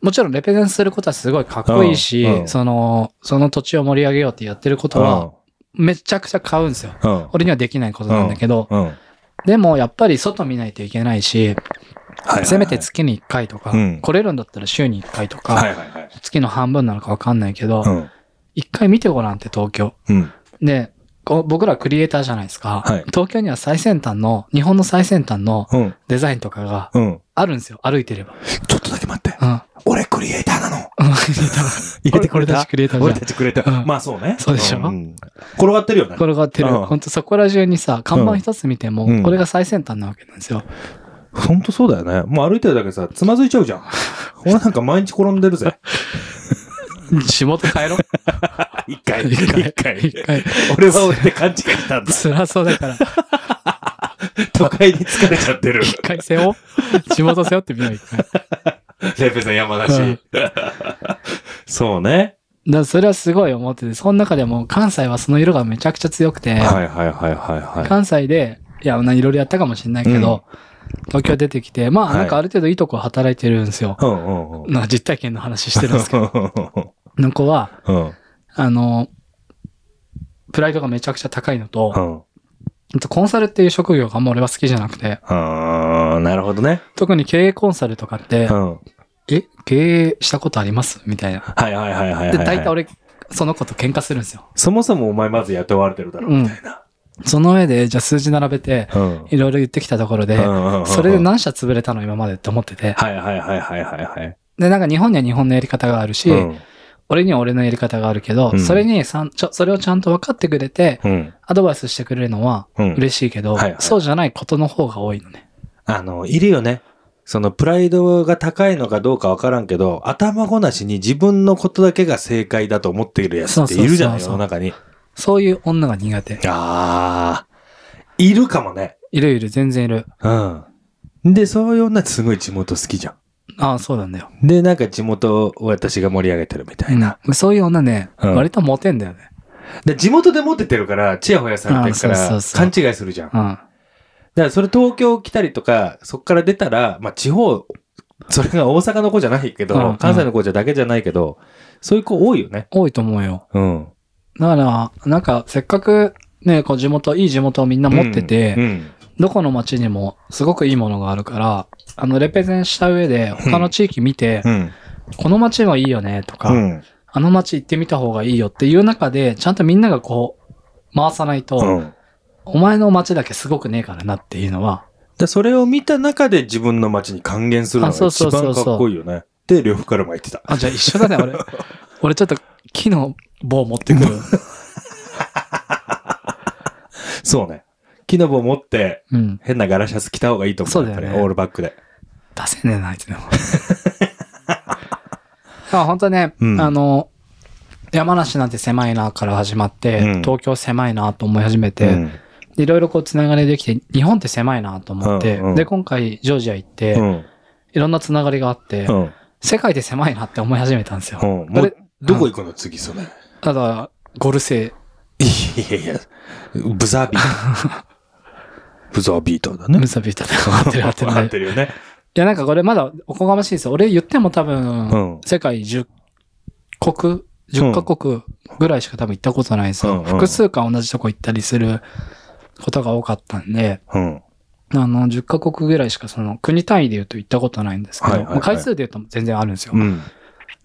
もちろんレペゼンすることはすごいかっこいいし、
うんうん
その、その土地を盛り上げようってやってることは、めちゃくちゃ買うんですよ。
うん。
俺にはできないことなんだけど、
うん。
でもやっぱり外見ないといけないし、
はい
せめて月に1回とか、
うん
来れるんだったら週に1回とか、
はいはいはい。
月の半分なのかわかんないけど、
うん。
一1回見てごらんって東京。
うん。
で、こう僕らクリエイターじゃないですか、
はい
東京には最先端の、日本の最先端の
うん。
デザインとかが
うん。
あるんですよ。歩いてれば。
ちょっとだけ待って。
うん。
俺クリエイターなの。
うん
入れてくれ
俺
た
たちクリエイターじゃん
俺たちくれた。
うん
まあそうね。
そうでしょ
ん転がってるよね。
転がってる。
うん
ほんとそこら中にさ、看板一つ見ても、
うん
これが最先端なわけなんですよ。
ほんとそうだよね。もう歩いてるだけでさ、つまずいちゃうじゃ ん。俺なんか毎日転んでるぜ。
地元帰ろう。
一回、
一回
一回。
一回。
俺は俺で勘違いしたんだ。
辛そうだから、
都会に疲れちゃってる。
一回背負う。地元背負ってみよう、一回。だか
レペさん山
う
梨
ん。
そうね。
らそれはすごい思ってて、その中でも関西はその色がめちゃくちゃ強くて、
はいはいはいはいは
関西で、いや、いろいろやったかもしれないけど、東京出てきて、ま
は
あ、
い
なんかある程度いいとこ働いてるんですよ。
い。うんうんうん。
なんか実体験の話してるんです け
う
ど、の子は、
ん
あの、プライドがめちゃくちゃ高いのと
う、ん。
あとコンサルっていう職業があんま俺は好きじゃなくて、
あーなるほどね。
特に経営コンサルとかって
う、ん。は
え、経営したことありますみたいな。
いはいはいはい
で、
はい。
大体俺、その子と喧嘩するんですよ。
そもそもお前まず雇われてるだろ、
うん
みたいな。
その上で、じゃあ数字並べて、
うん
いろいろ言ってきたところで、
うん
それで何社潰れたの今までって思ってて。
はいはいはいはいはいはい。
で、なんか日本には日本のやり方があるし、
うん
俺には俺のやり方があるけど、
うん
それにさんちょ、それをちゃんと分かってくれて、
うん。
アドバイスしてくれるのは
うん
嬉しいけど、
はいはい
そうじゃないことの方が多いのね。
あの、いるよね。そのプライドが高いのかどうかわからんけど、頭ごなしに自分のことだけが正解だと思っているやつっているじゃない
そうそうそうそう
世の中に。
そういう女が苦手。
ああ、いるかもね。
いるいる、全然いる。
うん。で、そういう女すごい地元好きじゃ
ああ、そうなんだよ。
ん。で、なんか地元を私が盛り上げてるみたいな。
うんそういう女ね、
うん
割とモテんだよね。
で地元でモテてるから、チヤホヤされてるか
あーそう
ら、
そう
勘違いするじゃん。だか
うん。
らそれ東京来たりとか、そっから出たら、まあ地方、それが大阪の子じゃないけど、
うんうん
関西の子じゃだけじゃないけど、そういう子多いよね。
多いと思うよ。
うん。
だから、なんか、せっかく、ね、こう地元、いい地元をみんな持ってて、
うんうん
どこの町にもすごくいいものがあるから、あの、レペゼンした上で、他の地域見て、
うん。
この町はいいよね、とか、
うん。
あの町行ってみた方がいいよっていう中で、ちゃんとみんながこう、回さないと、
うん。
お前の町だけすごくねえからなっていうのは、
で、それを見た中で自分の街に還元するの
あ
が
そう
一
そうそうそう
番かっこいいよね。で、呂布カルマ言ってた。
あ、じゃあ一緒だね、 俺。俺ちょっと木の棒持ってくる。
そうね。木の棒持って、
うん。
変なガラシャツ着た方がいいと思う。
そうだよね
やっぱりオールバックで。
出せねえな、あい つでも。あ本当ね、
うん
あの、山梨なんて狭いなから始まって、
うん
東京狭いなと思い始めて、
うん
いろいろこうつながりできて、日本って狭いなと思って、
うんうん
で、今回ジョージア行って、
うん。
いろんなつながりがあって、
うん。
世界で狭いなって思い始めたんですよ。
うん。も
これ
う、どこ行くの次、それ。い
ただ、ゴルセ
やいやいや、ブザービート。ブザービートだ
イ、
ね
ム。サビータで合ってる合ってる合
合
っ
ってて
る。
るよね。
いや、なんかこれまだおこがましいですよ。俺言っても多分、
うん
世界10国、10カ国ぐらいしか多分行ったことないんですよ。
うんうん
複数回同じとこ行ったりすることが多かったんで、
うん。
あの、10カ国ぐらいしかその国単位で言うと行ったことないんですけど、
はいはいはい
まあ回数で言うと全然あるんですよ。
うん。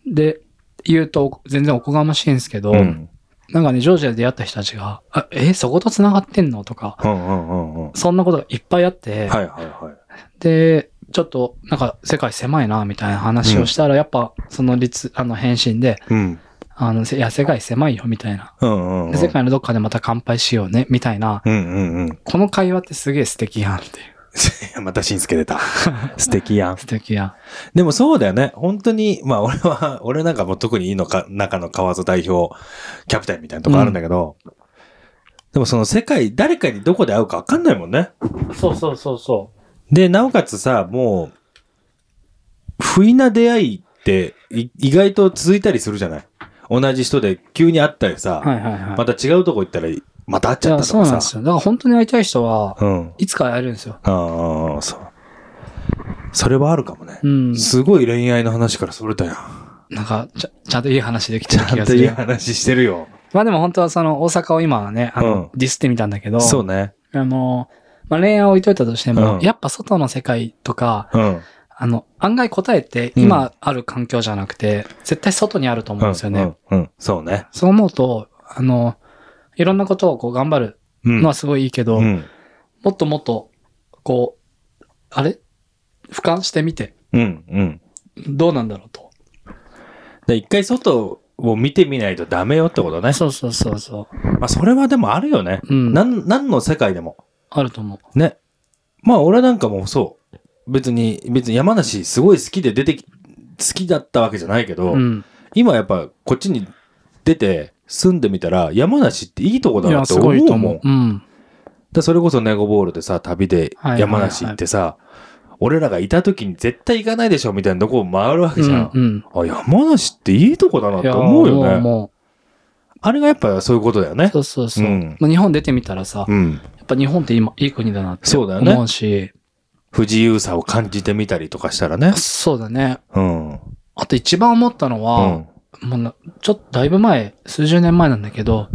で、言うと全然おこがましいんですけど、
うん。
なんかね、ジョージアで出会った人たちが、あえ、そこと繋がってんのとか、
うんうんうんうん。は
そんなことがいっぱいあって、
いはいはい。
で、ちょっと、なんか世界狭いな、みたいな話をしたら、やっぱ、その率、あの、返信で、
うん。
あの、せいや、世界狭いよ、みたいな。
うんうんうん。
で世界のどっかでまた乾杯しようね、みたいな。
うんうんうん。い
この会話ってすげえ素敵やんっていう。
やまたしんすけ出た。素敵やん。
素敵やん。
でもそうだよね。本当に、まあ俺は、俺なんかもう特にいいのか、中の川津代表、キャプテンみたいなとこあるんだけど、でもその世界、誰かにどこで会うかわかんないもんね。
そうそうそうそ
で、なおかつさ、もう、不意な出会いってい意外と続いたりするじゃない同じ人で急に会ったりさ、
はいはいはい。
また違うとこ行ったら、また会っ
い
ちゃっ
や、
たと
そう
か
なん
さ。
ですよ。だから本当に会いたい人は、
うん。
いつか会えるんですよ。
ああ、そう。それはあるかもね。
うん。
すごい恋愛の話からそれたやん。
なんかちゃ、ちゃんといい話でき
ち
てる気
ゃ
が
んと
す
いい
る。
話してるよ。
まあでも本当はその大阪を今はね、あの、
うん
ディスってみたんだけど、
そうね。
あの、まあ恋愛は置いといたとしても、
うん
やっぱ外の世界とか、
うん。
あの、案外答えって
うん
今ある環境じゃなくて、絶対外にあると思うんですよね。
うん。うんうんそうね。
そう思うと、あの、いろんなことをこう頑張る
うん
のはすごいいいけど、
うん。
もっともっと、こう、あれ俯瞰してみて、
うん。うん。
どうなんだろうと。
で一回外を見てみないとダメよってことね。
そうそうそうそ
まあ、それはでもあるよね。
う。うん。
なん、なんの世界でも。
あると思う。
ね。まあ、俺なんかもそう。別に、別に山梨すごい好きで出てき、好きだったわけじゃないけど、
うん。
今やっぱこっちに出て住んでみたら、山梨っていいとこ
い
だな
や、
って
す
思
ごいと
うも
思
ん
う。。うん。
でそれこそネゴボールでさ、旅で山梨行ってさ、俺らがいた時に絶対行かないでしょみたいなとこを回るわけ
う
じゃ
ん
ん。
うん。
あ、山梨っていいとこだなっ
い
て
や
思うよね。
も
あれがやっぱそういうことだよ
う
ね。
そうそうそう。
うん
まあ日本出てみたらさ、
うん。
やっぱ日本って今、いい国だなって
そうだよね
思うし、
不自由さを感じてみたりとかしたらね。
そうだね。
うん。うん。
あと一番思ったのは、もうなちょっとだいぶ前、数十年前なんだけど、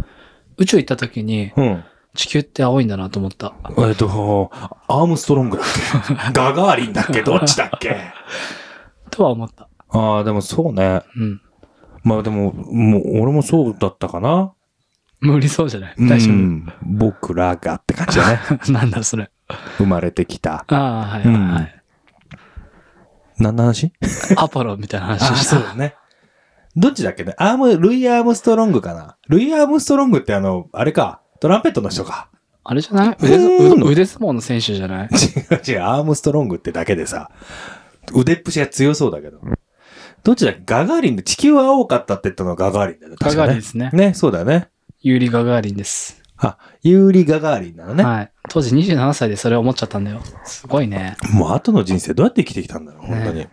宇宙行った時に
うん。
地球って青いんだなと思った。
えっと、アームストロングだっ けガガーリンだっけどっちだっけ
とは思った。
ああ、でもそうね。
うん。
まあでも、もう俺もそうだったかな。
無理そうじゃない大丈
うん僕らがって感じだ ね。
夫。なんだそれ。
生まれてきた。
ああ、はいはいはい。
何の話
アポロみたいな話
あ、
した。
そうだね。どっちだっけねアーム、ルイ・アームストロングかなルイ・アームストロングってあの、あれか、トランペットの人か。
あれじゃない腕相
うーん
腕腕相撲の選手じ ゃない
違う違う、アームストロングってだけでさ、腕っぷしが強そうだけど。どっちだっけガガーリンで、地球は青かったって言ったのはガガーリンだよね。確か
ガガーリン
ね
ですね
ね、そうだよね。
ユーリ・ガガーリンです。
あ、ユーリ・ガガーリンなのね。
はい。当時27歳でそれを思っちゃったんだよ。すごいね。
もう後の人生どうやって生きてきたんだろう、本当に。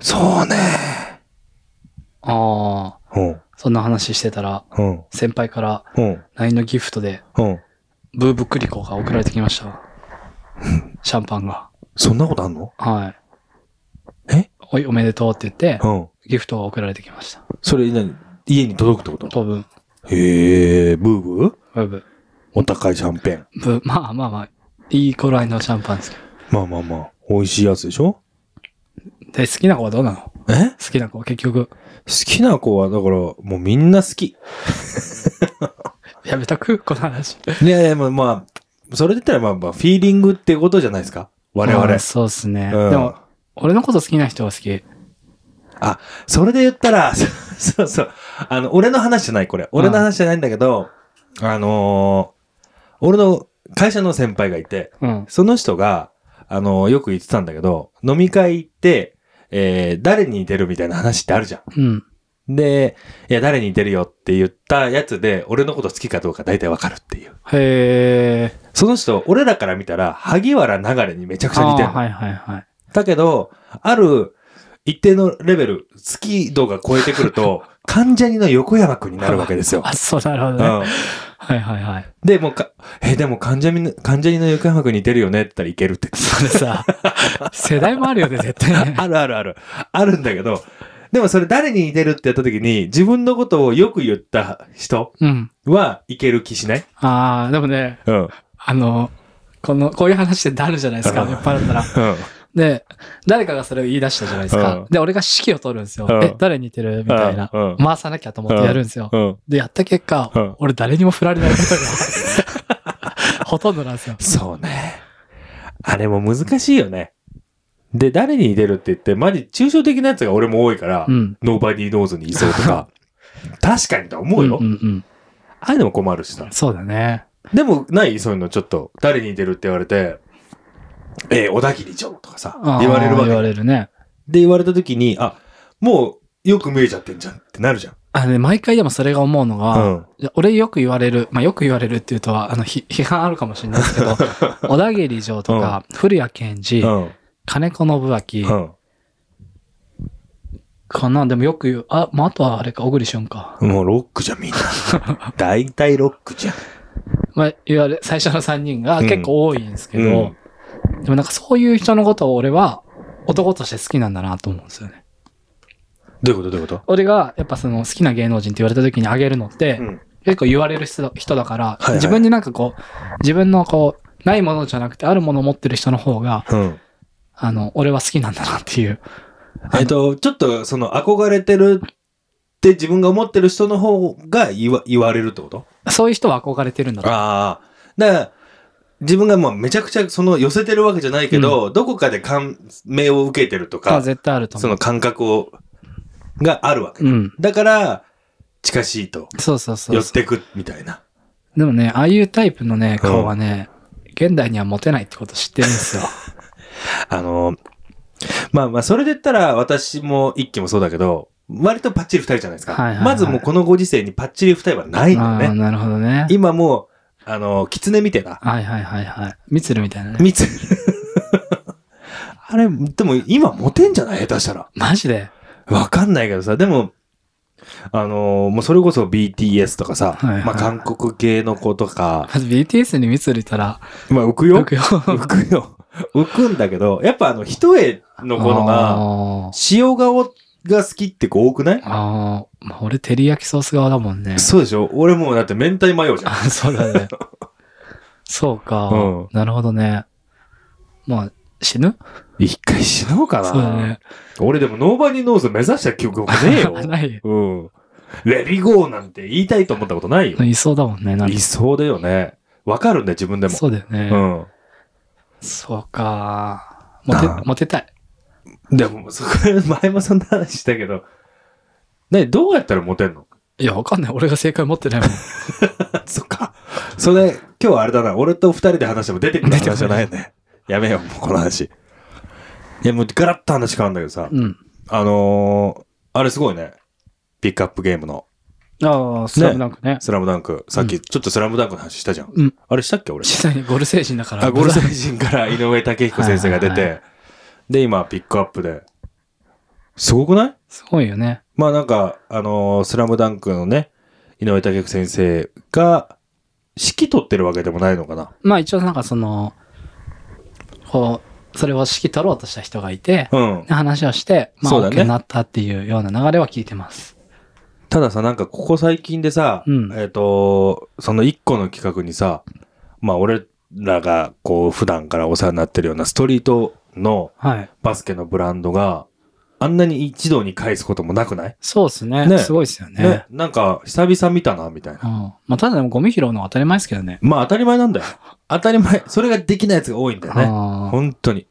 そうね。
ああ、
うん、
そんな話してたら、
うん、
先輩から
うん、
LINE のギフトで、
うん。
ブーブクリコが送られてきまし たわ。シャンパンが。
そんなことあんの
はい。
え
おい、おめでとうって言って、
うん。
ギフトが送られてきました。
それ何家に届くってこと
当分、
へえ、ブーブー
ブーブ
お高いシャンペン。
ー。ブー、まあまあまあ、いい頃合いのシャンパンですけ
まあまあまあ、美味しいやつでしょ
ど。で、好きな子はどうなの好
え好
きな子は結局、
きな子は、だから、もうみんな好き。
やめとくこの話。
いやいや、まあ、まあ、それで言ったら、まあまあ、フィーリングってことじゃないですか我々。
まあそうっすね。
うん
でも、俺のこと好きな人は好き。
それで言ったら、 そうそうそう。あの、俺の話じゃない、これ。俺の話じゃないんだけど、あのー俺の会社の先輩がいて、
うん。
その人が、あのーよく言ってたんだけど、飲み会行って、えー、誰に似てるみたいな話ってあるじゃん。
うん。
で、いや、誰に似てるよって言ったやつで、俺のこと好きかどうか大体わかるっていう。
へー。
その人、俺らから見たら、萩原流れにめちゃくちゃ似て
あ
る
ーはいはいはい。
だけど、ある一定のレベル、好き度が超えてくる と、関ジャニの横山くんになるわけですよ。
あ、そう、なるほど
う
ね。
ん、
はいはいはい。
で、もうか、え、でも関ジャニの、関ジャニの横山くんに似てるよねって 言ったらいけるって言って
それさ、世代もあるよね、絶対 ね
た。。あるあるある。あるんだけど、でもそれ誰に似てるってやった時に、自分のことをよく言った人
うん。
はいける気しない
ああ、でもね、
うん。うん。
あの、この、こういう話ってなるじゃないですか、
うん
酔っ払ったら。で、誰かがそれを言い出したじゃないで
う
すか
ん。
で、俺が指揮を取るんですよ
う。ん
え、誰に似てるみたいな
うんうん。
回さなきゃと思ってやるんですよ。
うん。
で、やった結果
うん、
俺誰にも振られないこと が、ほとんどなんですよ。
そうね。あれも難しいよね。で、誰に似てるって言って、マジ抽象的なやつが俺も多いから、
うん。
ノーバディーノーズにいそうと か、確かにとは思うよ。
うんうんうん。
ああいうのも困るしさ。
そうだね。
でも、ないそういうのちょっと、誰に似てるって言われて、えー小田切城とかさ、
あー
言われるわけ。
言われるね。
で、言われた時に、あ、もう、よく見えちゃってんじゃんってなるじゃん。
あのね、毎回でもそれが思うのが、
うん
いや俺よく言われる、まあよく言われるっていうとは、あの、ひ批判あるかもしれないですけど、小田切城とか、古谷健二、
うん。
金子信
う
明
ん。
かな、でもよく言う、あ、まああとはあれか、小栗旬か。
もうロックじゃん、みんな。 大体ロックじゃん。
まあ、いわゆる最初の3人が
うん
結構多いんですけど、でもなんかそういう人のことを俺は男として好きなんだなと思うんですよね。
どういうことどういうこと
俺がやっぱその好きな芸能人って言われた時にあげるのって、
うん。
結構言われる人だ人だから、
いはい
自分になんかこう、自分のこう、ないものじゃなくてあるものを持ってる人の方が、
うん。
あの、俺は好きなんだなっていう。
えっと、ちょっと、その、憧れてるって自分が思ってる人の方が言わ言われるってこと
そういう人は憧れてるんだと。
ああ。だから、自分がまあめちゃくちゃその寄せてるわけじゃないけど、どこかで感銘を受けてると
は
か、
絶対あると
そ
思
の
う。
感覚をがあるわけ。
うん。
だから、近しいと
そうそうそ
寄
う
っ。てくみたいな。
でもね、ああいうタイプのね、顔はね、現代にはモテないってこと知ってるんですよ。
あの、まあまあ、それで言ったら、私も一輝もそうだけど、割とパッチリ二人じゃないですか。
はいはいはい
まずもうこのご時世にパッチリ二人はないんだ
あ
よ
あー、
ね。
なるほどね。
今もう、あの、狐みてえな。
はいはいはいはい。ミツルみたいなね。
みつ あれ、でも今モテんじゃない下手したら。
マジで
わかんないけどさ、でも、あのーもうそれこそ BTS とかさ、
はいはい
まあ韓国系の子とか、
まず BTS にミツルいたら、
まあ浮くよ。
よ
浮く
くよ。
よ。浮くんだけど、やっぱあの、一重の子のが、
あー
塩顔が好きって子多くない
あー、まあ、俺、照り焼きソース側だもんね。
そうでしょ俺もうだって明太マヨじゃん。
あそうだね。そうか、
うん
なるほどね。まあ、死ぬ
一回死のうかな。
そうだね。
俺でもノーバニーノーズ目指した記憶もねえ よ。
ないよ。
うん。レリゴーなんて言いたいと思ったことないよ。
いそうだもんね、なんか
いそうだよね。わかるんだよ、自分でも。
そうだよね。
うん。
そうか。モテ
あー、
モテたい。
でも、そこ、 前もそんな話したけど、ね、どうやったらモテんの
いや、わかんない。俺が正解持ってないもん。
そっか。それ、今日はあれだな、俺と二人で話しても出てくる
出てこな
話
い
じゃないよね。やめよう、もうこの話。いや、もうガラッと話変わるんだけどさ、
うん。
あのー、あれすごいね。ピックアップゲームの、
ああ、スラムダンクね。
スラムダンク。さっき、
う
ちょっとスラムダンクの話したじゃん。
うん。
あれしたっけ、俺。
次第にゴル星人だから。
あ、ゴル星人から井上武彦先生が出
はいはい
て、で、今、ピックアップで。すごくない
すごいよね。
まあなんか、あのースラムダンクのね、井上武彦先生が、指揮取ってるわけでもないのかな。
まあ一応なんかその、こう、それを指揮取ろうとした人がいて、
うん。
話をして、まあ
そうだね
OK になったっていうような流れは聞いてます。
たださ、なんかここ最近でさ、
うん
えっ、と、その一個の企画にさ、まあ俺らがこう普段からお世話になってるようなストリートの
はい。
バスケのブランドがあんなに一堂に返すこともなくない
そうですね。
ね
すごいですよね。
ねなんか久々見たな、みたいな
うん。。まあただでもゴミ拾うのは当たり前ですけどね。
まあ当たり前なんだ よ。当たり前。それができないやつが多いんだよね。
あ
本当に。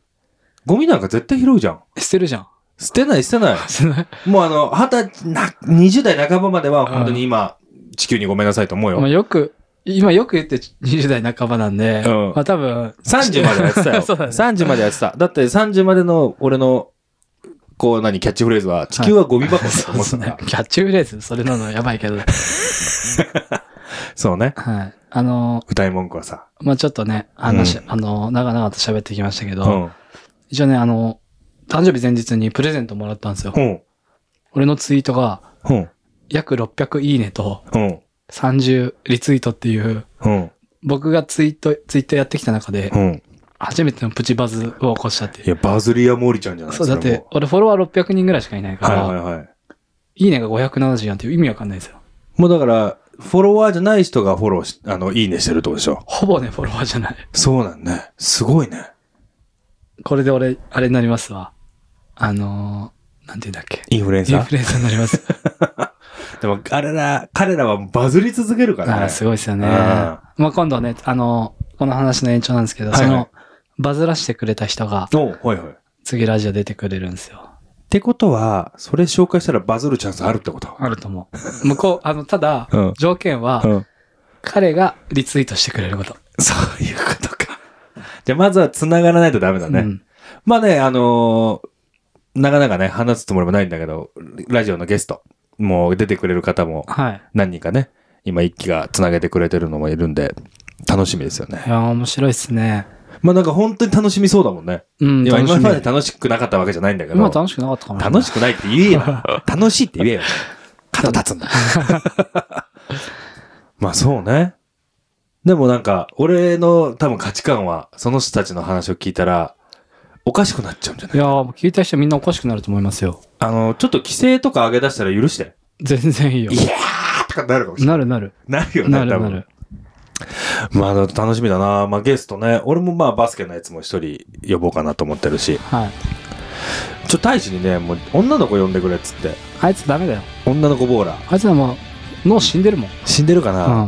ゴミなんか絶対拾うじゃん。
あ。捨てるじ ゃん。
捨てない捨てない。
捨てない
もうあの、二十歳な、20代半ばまでは本当に今、地球にごめんなさいと思う
ま
よ。
あよく、今よく言って20代半ばなんで、
うん
まあ多分、
30まではやって たよ。
そうだね
30までやってた。だって30までの俺の、こう何、キャッチフレーズは、地球はゴミ箱だと
そう
思
で
ってた
す
から
ね。キャッチフレーズ、それなのやばいけど。
そうね。
はい。あの、
歌い文句はさ。
まあちょっとね、話、あの、長々と喋ってきましたけ
う
ど、
ん。
一応ね、あの、誕生日前日にプレゼントもらったんですよ
う。ん。
俺のツイートが
うん。
約600いいねと
うん。
30リツイートっていう、
うん。
僕がツイート、ツイートやってきた中で
う、ん。
初めてのプチバズを起こしたってい。
いうや、バズリア・モーリちゃんじゃない
そう、だっ
れ
て
も、
俺フォロワー600人ぐらいしかいないか
はい
ら、
はい
い
はい。
い、ねが574っていう意味わかんないですよ。
もうだから、フォロワーじゃない人がフォローし、あの、いいねしてるってことでしょ。
ほぼね、フォロワーじゃない。
そうなんね。すごいね。
これで俺、あれになりますわ。あのー、なんて言うんだっけ。
インフルエン
インフルエンサーになります。
でも、あれら、彼らはバズり続けるから
あ
ね。
あ、すごいですよね。
うん
まあ今度ね、あのー、この話の延長なんですけど、
はいはい
その、バズらしてくれた人が、
おうはいはい。っ
次ラジオ出てくれるんですよ。
てことは、それ紹介したらバズるチャンスあるってこと
あると 思う。向こう、あの、ただ、
うん
条件は、
うん。
彼がリツイートしてくれること。
そういうことか。じゃあ、まずは繋がらないとダメだね。
うん
まあね、あのーなかなかね、話すつもりもないんだけど、ラジオのゲスト、もう出てくれる方も
はい。
何人かね、今一気が繋げてくれてるのもいるんで、楽しみですよね
い。やー、面白いですね。
まあなんか本当に楽しみそうだもんね。
うん、
いや
楽し
今
み
まで楽しくなかったわけじゃないんだけど。
今楽しくなかったかも
楽
い。
しくないって言えよ。楽しいって 言えよ。角立つんだ。 まあそうね。でもなんか、俺の多分価値観は、その人たちの話を聞いたら、おかしくなっちゃうんじゃない
いやー、もう聞いた人みんなおかしくなると思いますよ。
あの、ちょっと規制とか上げ出したら許して。
全然いいよ
い。やーとかなるかもしれ
なるなる。
ない。なるよね、
な
多
るな
分
る。。
まあ楽しみだな。まあゲストね。俺もまあバスケのやつも一人呼ぼうかなと思ってるし。
はい。
ちょ、大使にね、もう女の子呼んでくれっつって。
あいつダメだよ。
女の子ボーラー。
あいつはもう、脳死んでるもん。
死んでるかな、
うん。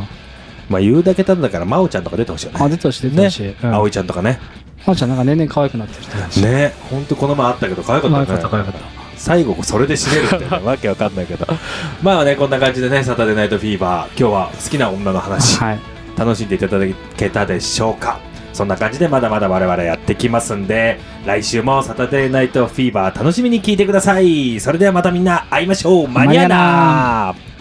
まあ言うだけなんだから、真央ちゃんとか出てほしいよね。
あ、出てほしい、出てほしい。うん。
葵ちゃんとかね。
まおちゃんなんか年々可愛くなってるって感じ。
ねほんとこの前あったけど、可愛か
可愛
った
か
よ
っ
ね。
た、可愛かった。
最後それで締めるっていうね わけわかんないけどまあねこんな感じでね「サタデーナイトフィーバー」今日は好きな女の話
はい。
楽しんでいただけたでしょうかそんな感じでまだまだ我々やってきますんで来週も「サタデーナイトフィーバー」楽しみに聞いてくださいそれではまたみんな会いましょうマニア
マニア
ナー